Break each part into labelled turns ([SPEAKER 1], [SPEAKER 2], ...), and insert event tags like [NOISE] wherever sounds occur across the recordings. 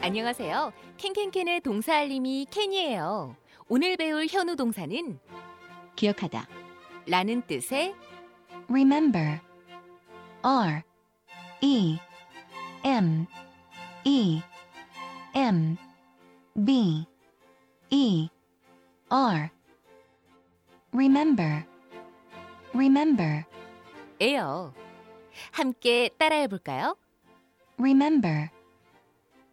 [SPEAKER 1] 안녕하세요. 캔캔캔의 동사 알림이 캔이에요. 오늘 배울 현우 동사는
[SPEAKER 2] 기억하다.
[SPEAKER 1] 라는 뜻의
[SPEAKER 2] remember R E M E M B E R remember remember
[SPEAKER 1] 에요. 함께 따라해 볼까요?
[SPEAKER 2] remember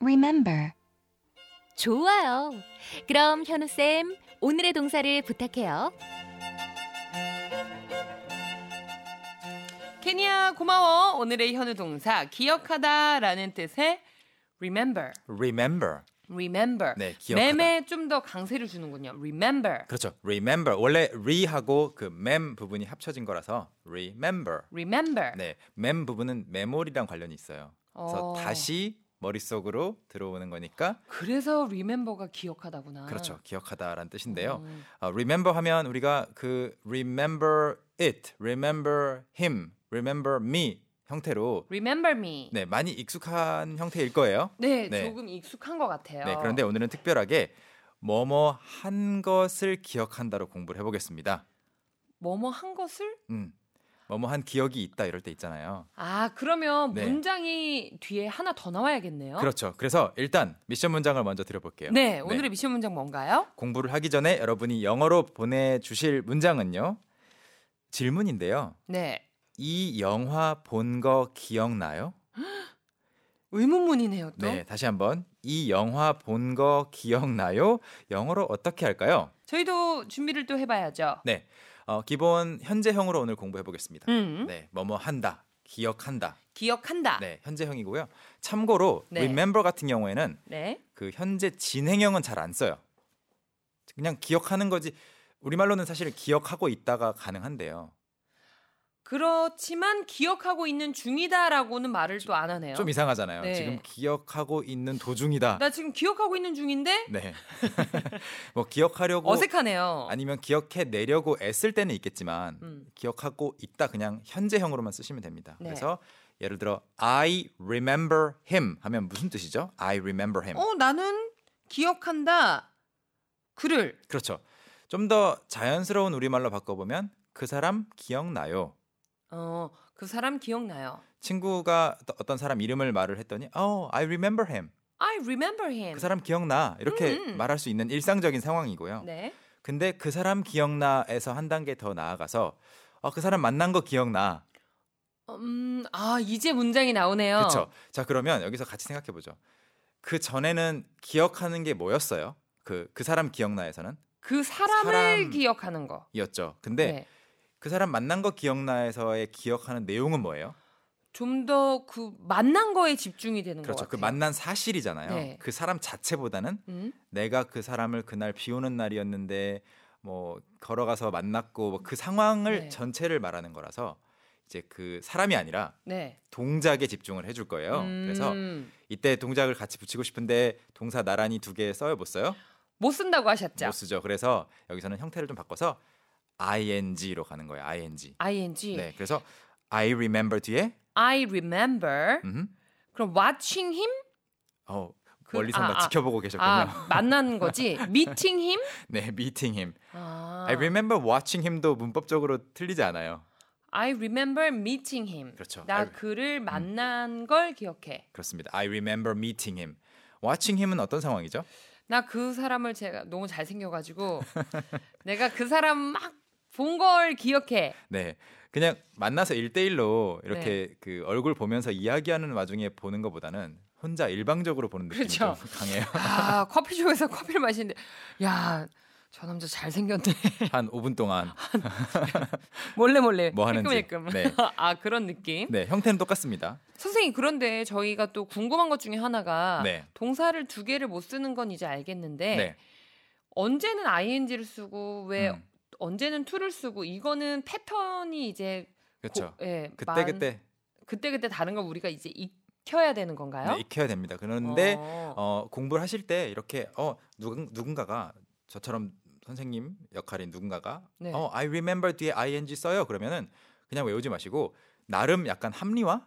[SPEAKER 2] remember
[SPEAKER 1] 좋아요. 그럼 현우쌤, 오늘의 동사를 부탁해요.
[SPEAKER 3] 케냐 고마워. 오늘의 현우 동사 기억하다라는 뜻의 remember.
[SPEAKER 4] remember.
[SPEAKER 3] remember.
[SPEAKER 4] 네, 기억하다.
[SPEAKER 3] 맴에 좀 더 강세를 주는군요. remember.
[SPEAKER 4] 그렇죠. remember. 원래 re하고 그 mem 부분이 합쳐진 거라서 remember.
[SPEAKER 3] remember.
[SPEAKER 4] 네, mem 부분은 메모리랑 관련이 있어요. 그래서
[SPEAKER 3] 어.
[SPEAKER 4] 다시 머릿속으로 들어오는 거니까
[SPEAKER 3] 그래서 remember가 기억하다구나.
[SPEAKER 4] 그렇죠. 기억하다라는 뜻인데요.
[SPEAKER 3] 아. 음.
[SPEAKER 4] 어, remember 하면 우리가 그 remember it, remember him, remember me 형태로
[SPEAKER 3] remember me.
[SPEAKER 4] 네, 많이 익숙한 형태일 거예요.
[SPEAKER 3] 네,
[SPEAKER 4] 네.
[SPEAKER 3] 조금 익숙한 것 같아요.
[SPEAKER 4] 네, 그런데 오늘은 특별하게 뭐뭐 한 것을 기억한다로 공부를 해보겠습니다.
[SPEAKER 3] 뭐뭐 한 것을
[SPEAKER 4] 음, 뭐뭐 한 기억이 있다 이럴 때 있잖아요.
[SPEAKER 3] 아 그러면
[SPEAKER 4] 네.
[SPEAKER 3] 문장이 뒤에 하나 더 나와야겠네요.
[SPEAKER 4] 그렇죠. 그래서 일단 미션 문장을 먼저 드려볼게요.
[SPEAKER 3] 어? 네, 오늘의 미션 문장 뭔가요?
[SPEAKER 4] 공부를 하기 전에 여러분이 영어로 보내주실 문장은요. 질문인데요.
[SPEAKER 3] 네,
[SPEAKER 4] 이 영화 본 거 기억나요?
[SPEAKER 3] 의문문이네요. 또
[SPEAKER 4] 네, 다시 한번 이 영화 본 거 기억나요? 영어로 어떻게 할까요?
[SPEAKER 3] 저희도 준비를 또 해봐야죠.
[SPEAKER 4] 네, 어, 기본 현재형으로 오늘 공부해 보겠습니다.
[SPEAKER 3] 음,
[SPEAKER 4] 네, 뭐뭐 한다, 기억한다.
[SPEAKER 3] 기억한다.
[SPEAKER 4] 네, 현재형이고요. 참고로
[SPEAKER 3] 네.
[SPEAKER 4] remember 같은 경우에는
[SPEAKER 3] 네.
[SPEAKER 4] 그 현재 진행형은 잘 안 써요. 그냥 기억하는 거지. 우리말로는 사실 기억하고 있다가 가능한데요.
[SPEAKER 3] 그렇지만 기억하고 있는 중이다라고는 말을 또 안 하네요.
[SPEAKER 4] 좀 이상하잖아요.
[SPEAKER 3] 네.
[SPEAKER 4] 지금 기억하고 있는 도중이다.
[SPEAKER 3] 나 지금 기억하고 있는 중인데
[SPEAKER 4] 네. [LAUGHS] 뭐 기억하려고
[SPEAKER 3] 어색하네요.
[SPEAKER 4] 아니면 기억해 내려고 애쓸 때는 있겠지만
[SPEAKER 3] 음.
[SPEAKER 4] 기억하고 있다 그냥 현재형으로만 쓰시면 됩니다.
[SPEAKER 3] 네.
[SPEAKER 4] 그래서 예를 들어 I remember him 하면 무슨 뜻이죠? I remember him.
[SPEAKER 3] 어, 나는 기억한다. 그를
[SPEAKER 4] 그렇죠. 좀 더 자연스러운 우리말로 바꿔보면 그 사람 기억나요.
[SPEAKER 3] 어, 그 사람 기억나요.
[SPEAKER 4] 친구가 또 어떤 사람 이름을 말을 했더니 oh I remember him
[SPEAKER 3] I remember him.
[SPEAKER 4] 그 사람 기억나 이렇게
[SPEAKER 3] 음.
[SPEAKER 4] 말할 수 있는 일상적인 상황이고요.
[SPEAKER 3] 네.
[SPEAKER 4] 근데 그 사람 기억나에서 한 단계 더 나아가서 어, 그 사람 만난 거 기억나
[SPEAKER 3] 음, 아, 이제 문장이 나오네요.
[SPEAKER 4] 그렇죠. 자 그러면 여기서 같이 생각해 보죠. 그 전에는 기억하는 게 뭐였어요? 그 그 사람 기억나에서는
[SPEAKER 3] 그 사람을
[SPEAKER 4] 사람.
[SPEAKER 3] 기억하는 거.
[SPEAKER 4] 이었죠. 근데
[SPEAKER 3] 네.
[SPEAKER 4] 그 사람 만난 거 기억나에서의 기억하는 내용은 뭐예요?
[SPEAKER 3] 좀 더 그 만난 거에 집중이 되는
[SPEAKER 4] 그렇죠.
[SPEAKER 3] 것
[SPEAKER 4] 그
[SPEAKER 3] 같아요.
[SPEAKER 4] 만난 사실이잖아요.
[SPEAKER 3] 네.
[SPEAKER 4] 그 사람 자체보다는
[SPEAKER 3] 음?
[SPEAKER 4] 내가 그 사람을 그날 비 오는 날이었는데 뭐 걸어가서 만났고 뭐그 상황을
[SPEAKER 3] 네.
[SPEAKER 4] 전체를 말하는 거라서 이제 그 사람이 아니라
[SPEAKER 3] 네.
[SPEAKER 4] 동작에 집중을 해줄 거예요. 어, 그래서
[SPEAKER 3] 음,
[SPEAKER 4] 이때 동작을 같이 붙이고 싶은데 동사 나란히 두 개 써요 못 써요?
[SPEAKER 3] 못 쓴다고 하셨죠.
[SPEAKER 4] 못 쓰죠. 그래서 여기서는 형태를 좀 바꿔서 ing로 가는 거예요. ing.
[SPEAKER 3] ing.
[SPEAKER 4] 네. 그래서 I remember 뒤에
[SPEAKER 3] I remember.
[SPEAKER 4] 음,
[SPEAKER 3] 그럼 watching him?
[SPEAKER 4] 어
[SPEAKER 3] 그-
[SPEAKER 4] 멀리서 막
[SPEAKER 3] 아, 아.
[SPEAKER 4] 지켜보고 계셨군요.
[SPEAKER 3] 아, 만난 거지. meeting him?
[SPEAKER 4] [LAUGHS] 네, meeting him.
[SPEAKER 3] 아,
[SPEAKER 4] I remember watching him도 문법적으로 틀리지 않아요.
[SPEAKER 3] I remember meeting him.
[SPEAKER 4] 그렇죠.
[SPEAKER 3] 나
[SPEAKER 4] I-
[SPEAKER 3] 그를 만난 걸 기억해.
[SPEAKER 4] 그렇습니다. I remember meeting him. Watching him은 어떤 상황이죠?
[SPEAKER 3] 나 그 사람을 제가 너무
[SPEAKER 4] [LAUGHS]
[SPEAKER 3] 잘생겨가지고 내가 그 사람 막 본 걸 기억해.
[SPEAKER 4] 네. 그냥 만나서 일대일로
[SPEAKER 3] 네.
[SPEAKER 4] 이렇게 그 얼굴 보면서 이야기하는 와중에 보는 것보다는 혼자 일방적으로 보는 느낌이
[SPEAKER 3] 그렇죠.
[SPEAKER 4] 좀
[SPEAKER 3] [LAUGHS]
[SPEAKER 4] 강해요.
[SPEAKER 3] 아 커피숍에서 [LAUGHS] 커피를 마시는데 야 저 남자 잘생겼네. [LAUGHS]
[SPEAKER 4] 한 5분 동안.
[SPEAKER 3] 몰래 몰래
[SPEAKER 4] 뭐 하는지.
[SPEAKER 3] 힐끔힐끔.
[SPEAKER 4] 네.
[SPEAKER 3] [LAUGHS] 아 그런 느낌.
[SPEAKER 4] 네, 형태는 똑같습니다.
[SPEAKER 3] 선생님 그런데 저희가 또 궁금한 것 중에 하나가
[SPEAKER 4] 네.
[SPEAKER 3] 동사를 두 개를 못 쓰는 건 이제 알겠는데
[SPEAKER 4] 네.
[SPEAKER 3] 언제는 ing를 쓰고 왜
[SPEAKER 4] 음,
[SPEAKER 3] 언제는 to를 쓰고 이거는 패턴이 이제
[SPEAKER 4] 그렇죠.
[SPEAKER 3] 고- 예,
[SPEAKER 4] 그때
[SPEAKER 3] 만-
[SPEAKER 4] 그때
[SPEAKER 3] 그때 그때 다른 걸 우리가 이제 익혀야 되는 건가요?
[SPEAKER 4] 네, 익혀야 됩니다. 그런데
[SPEAKER 3] 어.
[SPEAKER 4] 어, 공부를 하실 때 이렇게 어 누군 누군가가 저처럼 선생님 역할인 누군가가
[SPEAKER 3] 네.
[SPEAKER 4] 어 I remember 뒤에 ing 써요. 그러면은 그냥 외우지 마시고 나름 약간 합리화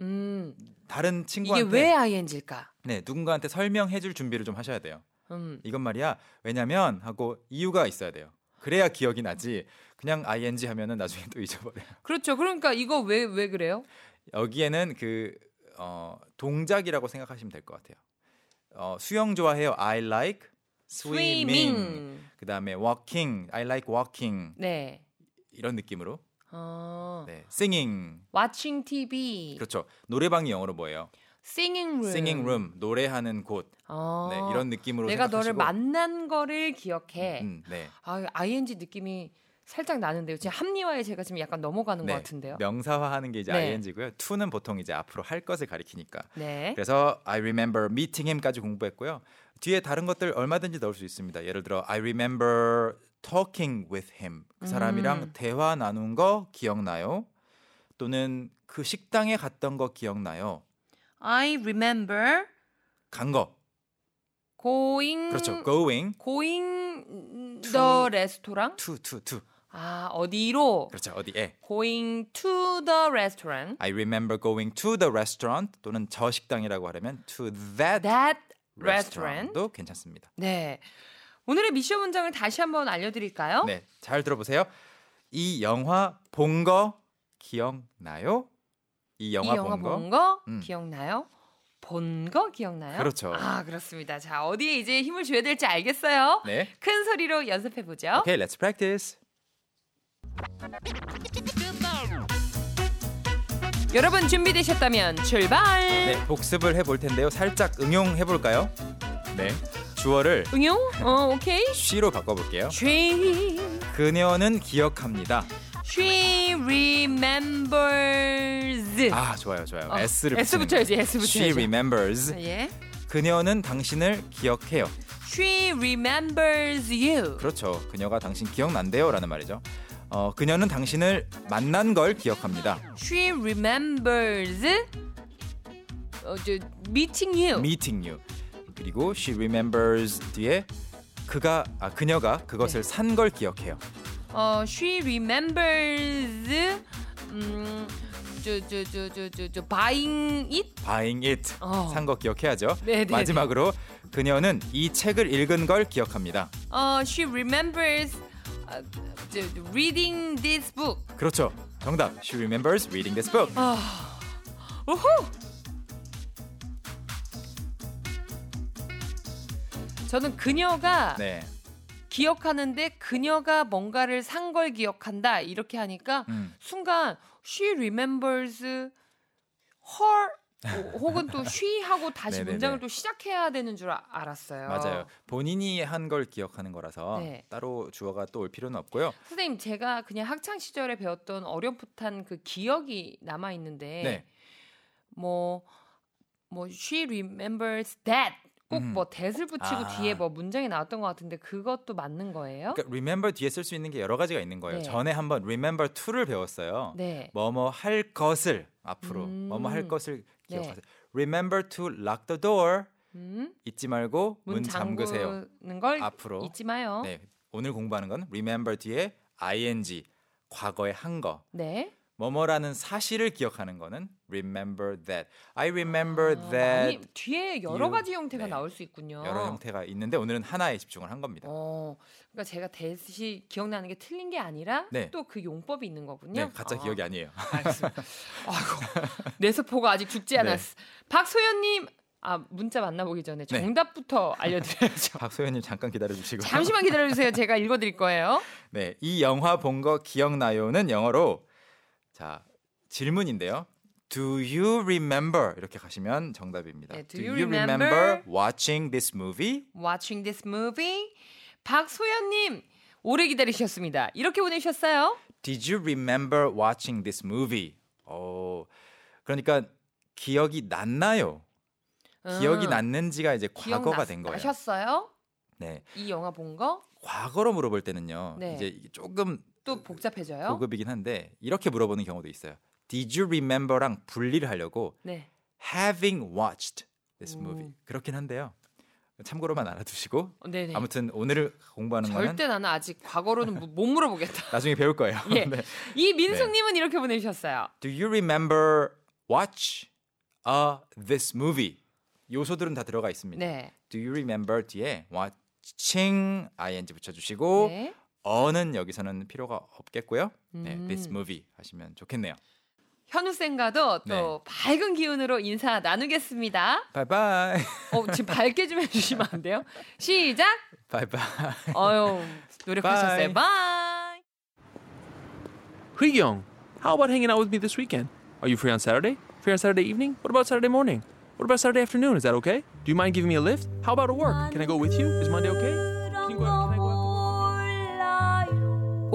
[SPEAKER 3] 음.
[SPEAKER 4] 다른
[SPEAKER 3] 이게
[SPEAKER 4] 친구한테
[SPEAKER 3] 왜 ing일까?
[SPEAKER 4] 네, 누군가한테 설명해 줄 준비를 좀 하셔야 돼요.
[SPEAKER 3] 음.
[SPEAKER 4] 이건 말이야. 왜냐면 하고 이유가 있어야 돼요. 그래야 기억이 나지. 그냥 ing 하면은 나중에 또 [LAUGHS] 잊어버려. 요
[SPEAKER 3] 그렇죠. 그러니까 이거 왜 왜 그래요?
[SPEAKER 4] 여기에는 그 어, 동작이라고 생각하시면 될 것 같아요. 어, 수영 좋아해요. I like swimming. 그다음에 walking. I like walking.
[SPEAKER 3] 네.
[SPEAKER 4] 이런 느낌으로.
[SPEAKER 3] 어.
[SPEAKER 4] 네. singing.
[SPEAKER 3] watching TV.
[SPEAKER 4] 그렇죠. 노래방이 영어로 뭐예요?
[SPEAKER 3] singing room.
[SPEAKER 4] singing room. 노래하는 곳.
[SPEAKER 3] 어.
[SPEAKER 4] 네, 이런 느낌으로
[SPEAKER 3] 내가 너를
[SPEAKER 4] 생각하시고.
[SPEAKER 3] 만난 거를 기억해.
[SPEAKER 4] 음, 네.
[SPEAKER 3] 아, ing 느낌이 살짝 나는데요. 지금 합리화에 제가 지금 약간 넘어가는
[SPEAKER 4] 네,
[SPEAKER 3] 것 같은데요.
[SPEAKER 4] 명사화하는 게 이제
[SPEAKER 3] 네.
[SPEAKER 4] ing고요. to는 보통 이제 앞으로 할 것을 가리키니까.
[SPEAKER 3] 네.
[SPEAKER 4] 그래서 I remember meeting him까지 공부했고요. 뒤에 다른 것들 얼마든지 넣을 수 있습니다. 예를 들어 I remember talking with him. 그 사람이랑
[SPEAKER 3] 음.
[SPEAKER 4] 대화 나눈 거 기억나요? 또는 그 식당에 갔던 거 기억나요?
[SPEAKER 3] I remember
[SPEAKER 4] 간 거.
[SPEAKER 3] going
[SPEAKER 4] 그렇죠. going
[SPEAKER 3] going
[SPEAKER 4] To-
[SPEAKER 3] the restaurant.
[SPEAKER 4] to to to.
[SPEAKER 3] 아, 어디로?
[SPEAKER 4] 그렇죠. 어디에?
[SPEAKER 3] going to the restaurant.
[SPEAKER 4] I remember going to the restaurant 또는 저 식당이라고 하려면 to that,
[SPEAKER 3] that restaurant.
[SPEAKER 4] restaurant도 괜찮습니다.
[SPEAKER 3] 네. 오늘의 미션 문장을 다시 한번 알려드릴까요?
[SPEAKER 4] 네, 잘 들어보세요. 이 영화 본 거 기억나요? 이 영화,
[SPEAKER 3] 이 영화
[SPEAKER 4] 본 거?
[SPEAKER 3] 본 거
[SPEAKER 4] 음.
[SPEAKER 3] 기억나요? 본 거 기억나요?
[SPEAKER 4] 그렇죠.
[SPEAKER 3] 아 그렇습니다. 자 어디에 이제 힘을 줘야 될지 알겠어요.
[SPEAKER 4] 네.
[SPEAKER 3] 큰 소리로 연습해 보죠.
[SPEAKER 4] Okay, let's practice.
[SPEAKER 3] 여러분 준비되셨다면 출발.
[SPEAKER 4] 네, 복습을 해볼 텐데요. 살짝 응용해 볼까요? 네. 주어를
[SPEAKER 3] 응용? 어 오케이.
[SPEAKER 4] she로 바꿔볼게요.
[SPEAKER 3] She
[SPEAKER 4] 그녀는 기억합니다.
[SPEAKER 3] she remembers.
[SPEAKER 4] 아, 좋아요, 좋아요.
[SPEAKER 3] 어,
[SPEAKER 4] S를
[SPEAKER 3] S
[SPEAKER 4] 붙이는 거.
[SPEAKER 3] 붙여야지. S 붙여야지.
[SPEAKER 4] She remembers.
[SPEAKER 3] 예.
[SPEAKER 4] 그녀는 당신을 기억해요.
[SPEAKER 3] She remembers you.
[SPEAKER 4] 그렇죠. 그녀가 당신 기억난대요라는 말이죠. 어, 그녀는 당신을 만난 걸 기억합니다.
[SPEAKER 3] She remembers 어, 저, meeting you.
[SPEAKER 4] Meeting you. 그리고 she remembers 뒤에 그가 아 그녀가 그것을
[SPEAKER 3] 네.
[SPEAKER 4] 산 걸 기억해요.
[SPEAKER 3] 어, she remembers 음, 저저저저저저 buying it.
[SPEAKER 4] Buying it.
[SPEAKER 3] 어.
[SPEAKER 4] 산 거 기억해야죠.
[SPEAKER 3] 네, 네,
[SPEAKER 4] 마지막으로 그녀는 이 책을 읽은 걸 기억합니다.
[SPEAKER 3] 어, she remembers 아, 저, 저, reading this book.
[SPEAKER 4] 그렇죠. 정답. She remembers reading this book.
[SPEAKER 3] 우후! 저는 그녀가
[SPEAKER 4] 네.
[SPEAKER 3] 기억하는데 그녀가 뭔가를 산 걸 기억한다 이렇게 하니까
[SPEAKER 4] 음.
[SPEAKER 3] 순간 she remembers her 오- 혹은 또 she 하고 다시
[SPEAKER 4] [LAUGHS] 네네네.
[SPEAKER 3] 문장을 또 시작해야 되는 줄 아- 알았어요.
[SPEAKER 4] 맞아요. 본인이 한 걸 기억하는 거라서
[SPEAKER 3] 네.
[SPEAKER 4] 따로 주어가 또 올 필요는 없고요.
[SPEAKER 3] 선생님 제가 그냥 학창 시절에 배웠던 어렴풋한 그 기억이 남아 있는데
[SPEAKER 4] 네.
[SPEAKER 3] 뭐, 뭐 she remembers that 꼭
[SPEAKER 4] 음.
[SPEAKER 3] 뭐 that을 붙이고
[SPEAKER 4] 아.
[SPEAKER 3] 뒤에 뭐 문장이 나왔던 것 같은데 그것도 맞는 거예요?
[SPEAKER 4] 그러니까 remember 뒤에 쓸 수 있는 게 여러 가지가 있는 거예요.
[SPEAKER 3] 네.
[SPEAKER 4] 전에 한번 remember to를 배웠어요.
[SPEAKER 3] 네.
[SPEAKER 4] 뭐뭐 할 것을 앞으로
[SPEAKER 3] 음.
[SPEAKER 4] 뭐뭐 할 것을
[SPEAKER 3] 네.
[SPEAKER 4] 기억하세요. remember to lock the door
[SPEAKER 3] 음,
[SPEAKER 4] 잊지 말고 문,
[SPEAKER 3] 문
[SPEAKER 4] 잠그세요.
[SPEAKER 3] 잠그는 걸
[SPEAKER 4] 앞으로
[SPEAKER 3] 잊지 마요.
[SPEAKER 4] 네. 오늘 공부하는 건 remember 뒤에 ing 과거에 한 거.
[SPEAKER 3] 네.
[SPEAKER 4] 뭐뭐라는 사실을 기억하는 거는 remember that. I remember
[SPEAKER 3] 아,
[SPEAKER 4] that.
[SPEAKER 3] 많이 뒤에 여러
[SPEAKER 4] you-
[SPEAKER 3] 가지 형태가
[SPEAKER 4] 네.
[SPEAKER 3] 나올 수 있군요.
[SPEAKER 4] 여러 형태가 있는데 오늘은 하나에 집중을 한 겁니다.
[SPEAKER 3] 어, 그러니까 제가 대시 기억나는 게 틀린 게 아니라
[SPEAKER 4] 네.
[SPEAKER 3] 또 그 용법이 있는 거군요.
[SPEAKER 4] 네, 가짜
[SPEAKER 3] 아,
[SPEAKER 4] 기억이
[SPEAKER 3] [LAUGHS]
[SPEAKER 4] 아니에요.
[SPEAKER 3] 알겠습니다. 아이고, [LAUGHS] 뇌세포가 아직
[SPEAKER 4] 네.
[SPEAKER 3] 죽지 않았어. 박소연님, 아 문자 만나보기 전에
[SPEAKER 4] 네.
[SPEAKER 3] 정답부터 알려드려야죠.
[SPEAKER 4] 박소연님 잠깐 기다려 주시고.
[SPEAKER 3] 잠시만 기다려주세요. 제가 읽어드릴 거예요.
[SPEAKER 4] 네, 이 영화 본 거 기억나요는 영어로 자 질문인데요. Do you remember 이렇게 가시면 정답입니다.
[SPEAKER 3] 네, do you remember
[SPEAKER 4] watching this movie?
[SPEAKER 3] Watching this movie, 박소연님 오래 기다리셨습니다. 이렇게 보내셨어요.
[SPEAKER 4] Did you remember watching this movie? 어, 그러니까 기억이 났나요?
[SPEAKER 3] 음.
[SPEAKER 4] 음, 기억이 났는지가 이제 과거가 된 거예요.
[SPEAKER 3] 하셨어요?
[SPEAKER 4] 네,
[SPEAKER 3] 이 영화 본 거?
[SPEAKER 4] 과거로 물어볼 때는요.
[SPEAKER 3] 네. 어?
[SPEAKER 4] 이제 이게 조금
[SPEAKER 3] 또 복잡해져요?
[SPEAKER 4] 고급이긴 한데 이렇게 물어보는 경우도 있어요. Did you remember랑 분리를 하려고
[SPEAKER 3] 네.
[SPEAKER 4] having watched this
[SPEAKER 3] 오.
[SPEAKER 4] movie. 그렇긴 한데요. 참고로만 알아두시고
[SPEAKER 3] 어, 네네.
[SPEAKER 4] 아무튼 오늘 공부하는 거는
[SPEAKER 3] 절대 나는 아직 과거로는 무- 못 물어보겠다.
[SPEAKER 4] 나중에 배울 거예요.
[SPEAKER 3] 예.
[SPEAKER 4] [LAUGHS] 네.
[SPEAKER 3] 이 민숙님은 이렇게 보내주셨어요.
[SPEAKER 4] Do you remember watch a this movie 요소들은 다 들어가 있습니다.
[SPEAKER 3] 네.
[SPEAKER 4] Do you remember 뒤에 watching ing 붙여주시고
[SPEAKER 3] 네.
[SPEAKER 4] 어는 여기서는 필요가 없겠고요. 네,
[SPEAKER 3] 음.
[SPEAKER 4] this movie 하시면 좋겠네요.
[SPEAKER 3] 현우 쌤과도 또
[SPEAKER 4] 네.
[SPEAKER 3] 밝은 기운으로 인사 나누겠습니다.
[SPEAKER 4] 바이바이. [LAUGHS]
[SPEAKER 3] 어, 지금 밝게 좀 해주시면 안 돼요? 시작.
[SPEAKER 4] 바이바이.
[SPEAKER 3] 어유 노력하셨어요.
[SPEAKER 4] 바이.
[SPEAKER 3] 바이.
[SPEAKER 5] Hui Young, how about hanging out with me this weekend? Are you free on Saturday? Free on Saturday evening? What about Saturday morning? What about Saturday afternoon? Is that okay? Do you mind giving me a lift? How about a work? Can I go with you? Is Monday okay? Can you go out? Can I go out?